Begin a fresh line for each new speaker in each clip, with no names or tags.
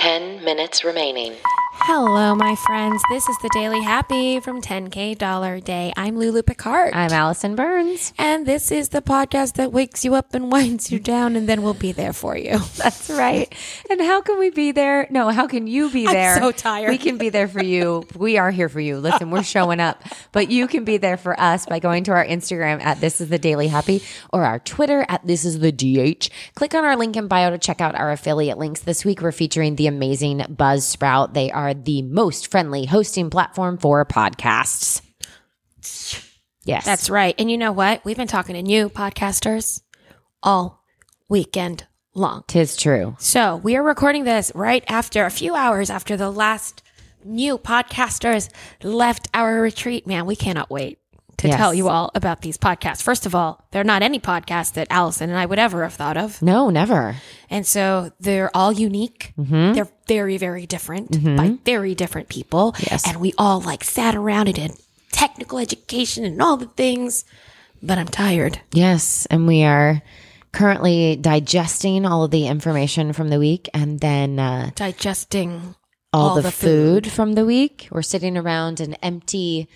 10 minutes remaining.
Hello, my friends. This is the Daily Happy from 10K Dollar Day. I'm Lulu Picard.
I'm Allison Burns.
and this is the podcast that wakes you up and winds you down, and then we'll be there for you.
That's right. And how can we be there? No, how can you be there?
so tired.
We can be there for you. We are here for you. Listen, we're showing up, but you can be there for us by going to our Instagram at This Is The Daily Happy or our Twitter at This Is The DH. Click on our link in bio to check out our affiliate links. This week, we're featuring the amazing Buzzsprout. They are the most friendly hosting platform for podcasts. Yes.
That's right. And you know what? We've been talking to you, podcasters, all weekend long.
Tis true.
So we are recording this right after a few hours after the last new podcasters left our retreat. Man, we cannot wait to
Yes.
tell you all about these podcasts. First of all, they're not any podcast that Allison and I would ever have thought of.
No, never.
And so they're all unique. They're very, very different by very different people.
Yes.
And we all like sat around and did technical education and all the things. But I'm tired.
Yes, and we are currently digesting all of the information from the week and then uh,
Digesting
all,
All
the,
the
food, from the week. We're sitting around an empty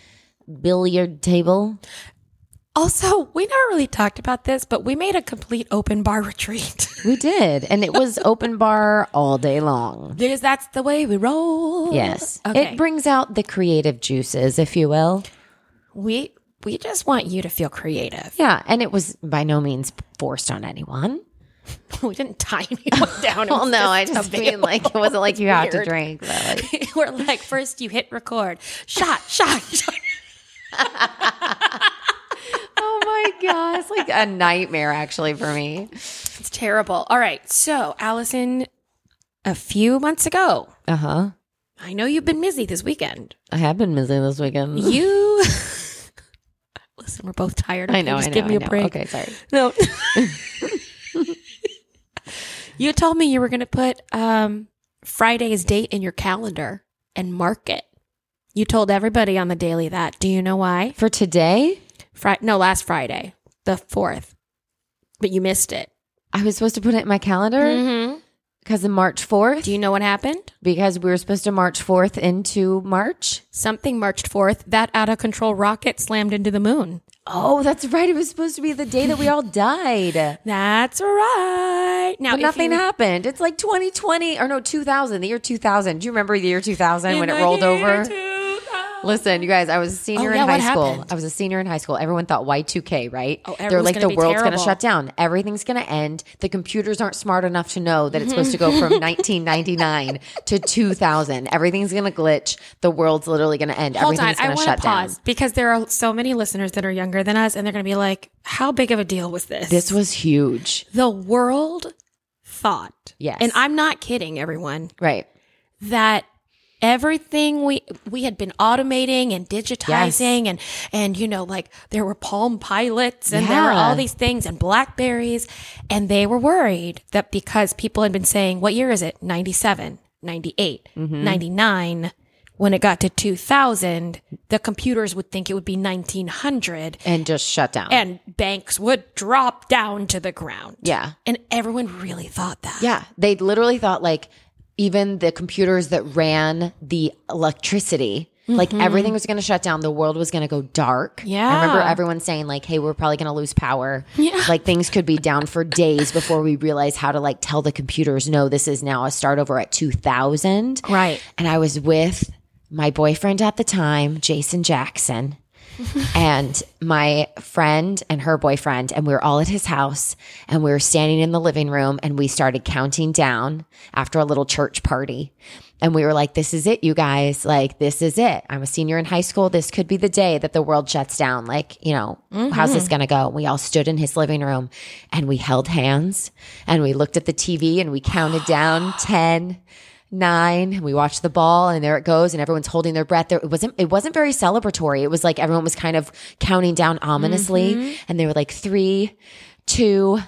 billiard table.
Also, we not really talked about this, but we made a complete open bar retreat.
We did, and it was open bar all day long.
because that's the way we
Oh,
roll.
Yes.
Okay.
It brings out the creative juices, if you will.
we we just want you to feel creative.
Yeah, and it was by no means forced on anyone.
we didn't tie anyone down. It
Well,
was
Oh, no, I just
available.
mean like it wasn't like you have to
Weird.
drink. But like,
We're like, first you hit record, shot, shot, shot.
oh my gosh, like a nightmare actually for me.
It's terrible. All right, so Allison, a few months ago,
Uh huh.
I know you've been busy this weekend.
I have been busy this weekend.
You listen, we're both tired.
I know.
Just
I know,
give me
I
a
know.
break.
Okay, sorry.
No. you told me you were going to put um, Friday's date in your calendar and mark it. You told everybody on the daily that. Do you know why?
For today,
Fri- no, last Friday, the 4th. But you missed it.
I was supposed to put it in my calendar
Mm-hmm.
because of March 4th,
Do you know what happened?
because we were supposed to March 4th into March.
Something marched forth. That out of control rocket slammed into the moon.
Oh, that's right. It was supposed to be the day that we all died.
That's right. Now,
But
if
nothing
you-
happened. It's like 2020 or no, 2000, the year 2000. Do you remember the year 2000 when
In
it
the
rolled
year
over?
2000.
Listen, you guys, I was a senior
Oh, yeah,
in high
what
school.
happened?
I was a senior in high school. Everyone thought Y2K, right?
Oh,
They're
everything's
like,
gonna
the
be
world's going to
terrible."
shut down. Everything's going to end. The computers aren't smart enough to know that it's supposed to go from 1999 to 2000. Everything's going to glitch. The world's literally going to end.
Hold on,
Everything's
I
going to
want to
shut
pause
down.
because there are so many listeners that are younger than us, and they're going to be like, "How big of a deal was this?"
This was huge.
the world thought,
Yes.
and I'm not kidding, everyone,
Right.
that everything we we had been automating and digitizing, and and you know, like there were Palm Pilots, and there were
Yeah.
all these things, and Blackberries, and they were worried that because people had been saying, "What year is it? 97, 98,
Mm-hmm.
99." when it got to 2000 the computers would think it would be 1900
And just shut down.
and banks would drop down to the ground
yeah.
and everyone really thought that
Yeah. They literally thought like even the computers that ran the electricity, like everything was going to shut down. The world was going to go dark. I remember
Yeah.
everyone saying like, hey, we're probably going to lose power. Yeah. Like things could be down for days before we realize how to like tell the computers, no, this is now a start over at 2000.
Right.
And I was with my boyfriend at the time, Jason Jackson and my friend and her boyfriend and we were all at his house and we were standing in the living room and we started counting down after a little church party and we were like this is it you guys like this is it i'm a senior in high school this could be the day that the world shuts down like you know how's this gonna go we all stood in his living room and we held hands and we looked at the tv and we counted down 10 nine and we watched the ball and there it goes and everyone's holding their breath there it wasn't it wasn't very celebratory it was like everyone was kind of counting down ominously and they were like three two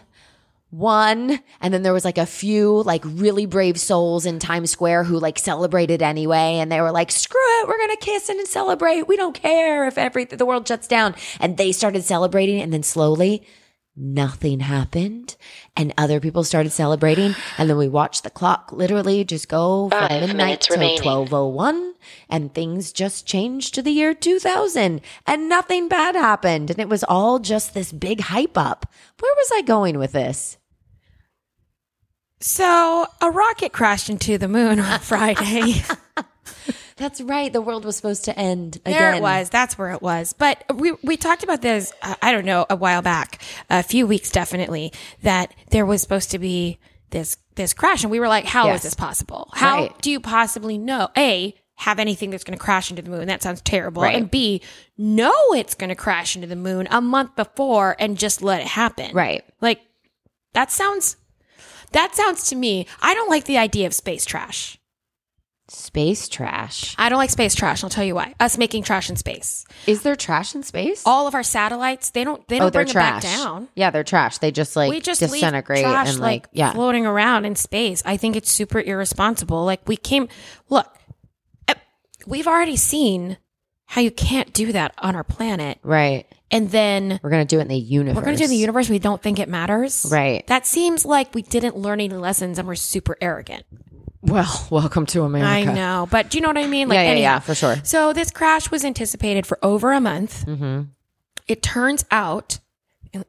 one and then there was like a few like really brave souls in times square who like celebrated anyway and they were like screw it we're gonna kiss and celebrate we don't care if everything the world shuts down and they started celebrating and then slowly nothing happened and other people started celebrating and then we watched the clock literally just go from
Five
midnight
minutes
till
remaining.
1201 and things just changed to the year 2000 and nothing bad happened and it was all just this big hype up where was i going with this
So a rocket crashed into the moon on Friday.
that's right the world was supposed to end again
there it was. That's where it was. But we we talked about this. uh, I don't know a while back, a few weeks definitely. That there was supposed to be this this crash, and we were like, "How is
Yes.
this possible? How
Right.
do you possibly know? A have anything that's going to crash into the moon? That sounds terrible.
Right.
And B know it's going to crash into the moon a month before and just let it happen.
right
Like that sounds. That sounds to me. I don't like the idea of space trash.
space trash
I don't like space trash. I'll tell you why. Us making trash in space.
is there trash in space
all of our satellites they don't they don't
oh they're
bring them back
trash
down
yeah they're trash they just like
we just
disintegrate
leave trash
and
like,
like yeah
floating around in space i think it's super irresponsible like we came look eh, we've already seen how you can't do that on our planet
right
and then
We're gonna do it in the universe.
we're going to do it in the universe we don't think it matters
Right.
that seems like we didn't learn any lessons and we're super arrogant
Well, welcome to America.
i know but do you know what i mean like
yeah, yeah,
anyhow.
yeah, for sure.
So this crash was anticipated for over a month. It turns out,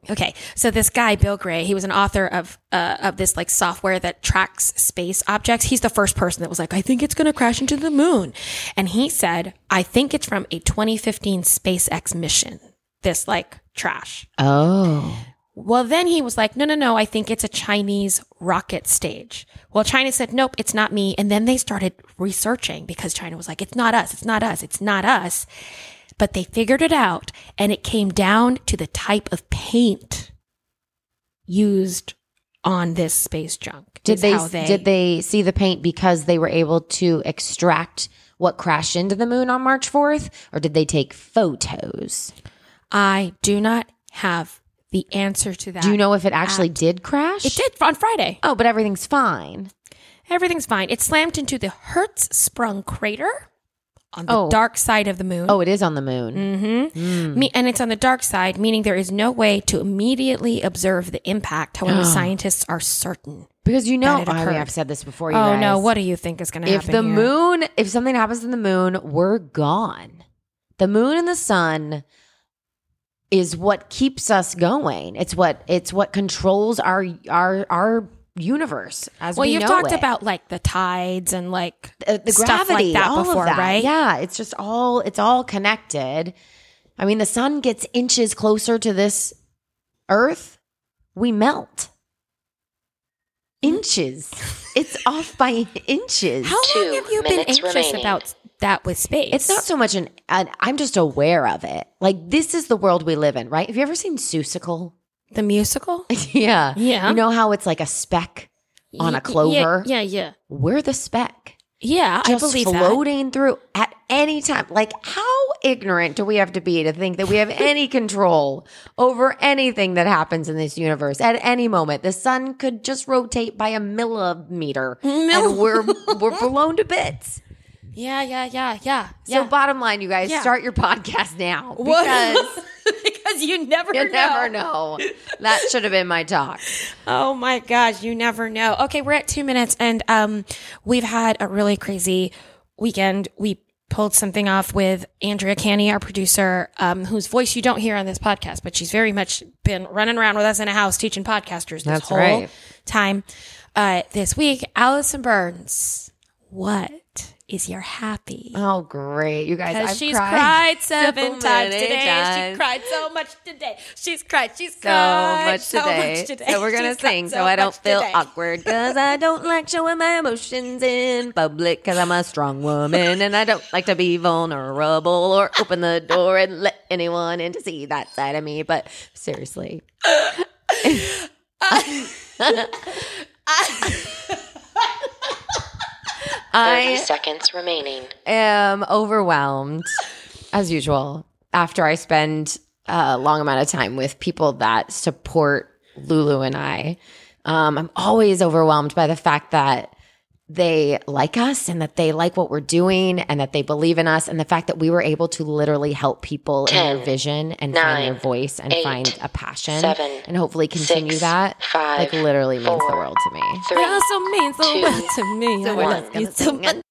okay. So this guy Bill Gray, he was an author of uh, of this like software that tracks space objects. He's the first person that was like, I think it's going to crash into the moon, and he said, I think it's from a 2015 SpaceX mission. This like trash.
Oh,
Well, then he was like, no, no, no, I think it's a Chinese rocket stage. Well, China said, nope, it's not me. And then they started researching because China was like, it's not us, it's not us, it's not us. But they figured it out and it came down to the type of paint used on this space junk.
did
is
they,
how
did they see the paint because they were able to extract what crashed into the moon on March fourth, or did they take photos?
I do not have the answer to that.
Do you know if it actually did crash?
It did on Friday.
Oh, but everything's fine.
Everything's fine. It slammed into the Hertzsprung crater on the
Oh.
dark side of the moon.
Oh, it is on the moon. Mm-hmm.
Me- and it's on the dark side, meaning there is no way to immediately observe the impact. However,
Oh.
scientists are certain.
Because you know,
That it
oh, I mean,
occurred.
I've said this before. You
Oh
guys.
no! What do you think is going to
if
happen?
the
here?
moon if something happens to the moon we're gone the moon and the sun is what keeps us going it's what it's what controls our our our universe as
well,
we
you've
know
talked
it.
about like the tides and like
Uh, the
stuff
gravity
like that
all
before,
of that.
right?
yeah it's just all it's all connected i mean the sun gets inches closer to this earth we melt inches it's off by inches
Hmm. How
Two
long have you been
minutes
anxious
remaining.
about that with space?
It's not so much an, an I'm just aware of it. Like this is the world we live in, right? Have you ever seen Seussical?
the musical
yeah.
Yeah.
You know how it's like a speck? On a
Y- y-
clover?
Yeah, yeah,
We're the speck.
yeah. I
Just
believe that.
floating through at any time. Like how ignorant do we have to be to think that we have any control over anything that happens in this universe at any moment? The sun could just rotate by a millimeter
Mill-
and we're we're blown to bits.
Yeah, yeah, yeah, yeah.
So
yeah.
bottom line, you guys,
Yeah.
start your podcast now.
What-
Because
because you never
You
know.
never know. That should have been my talk.
Oh my gosh, you never know. Okay, we're at two minutes and um we've had a really crazy weekend. We pulled something off with Andrea Canny, our producer, um, whose voice you don't hear on this podcast, but she's very much been running around with us in a house teaching podcasters this
That's
whole
right.
time. Uh, this week, Allison Burns, what is your happy?
Oh, great. You guys, I've
Because she's
cried,
cried, seven
so
times
many
today.
times.
She cried so much today. She's cried. She's
so
cried
much today.
So much today.
So we're going
She's
to
cried
sing so, I don't
much
feel
today.
awkward because I don't like showing my emotions in public because I'm a strong woman and I don't like to be vulnerable or open the door and let anyone in to see that side of me. But seriously.
Um,
Thirty
I
seconds remaining.
am overwhelmed as usual after I spend a long amount of time with people that support Lulu and I. Um, I'm always overwhelmed by the fact that they like us and that they like what we're doing and that they believe in us and the fact that we were able to literally help people in their
Ten,
vision and find their
nine,
voice and
eight,
find a passion
seven,
and hopefully continue
six,
that
five,
like literally means the
four,
world to me
three,
also means so
two,
much to me. I
one.
love you so much.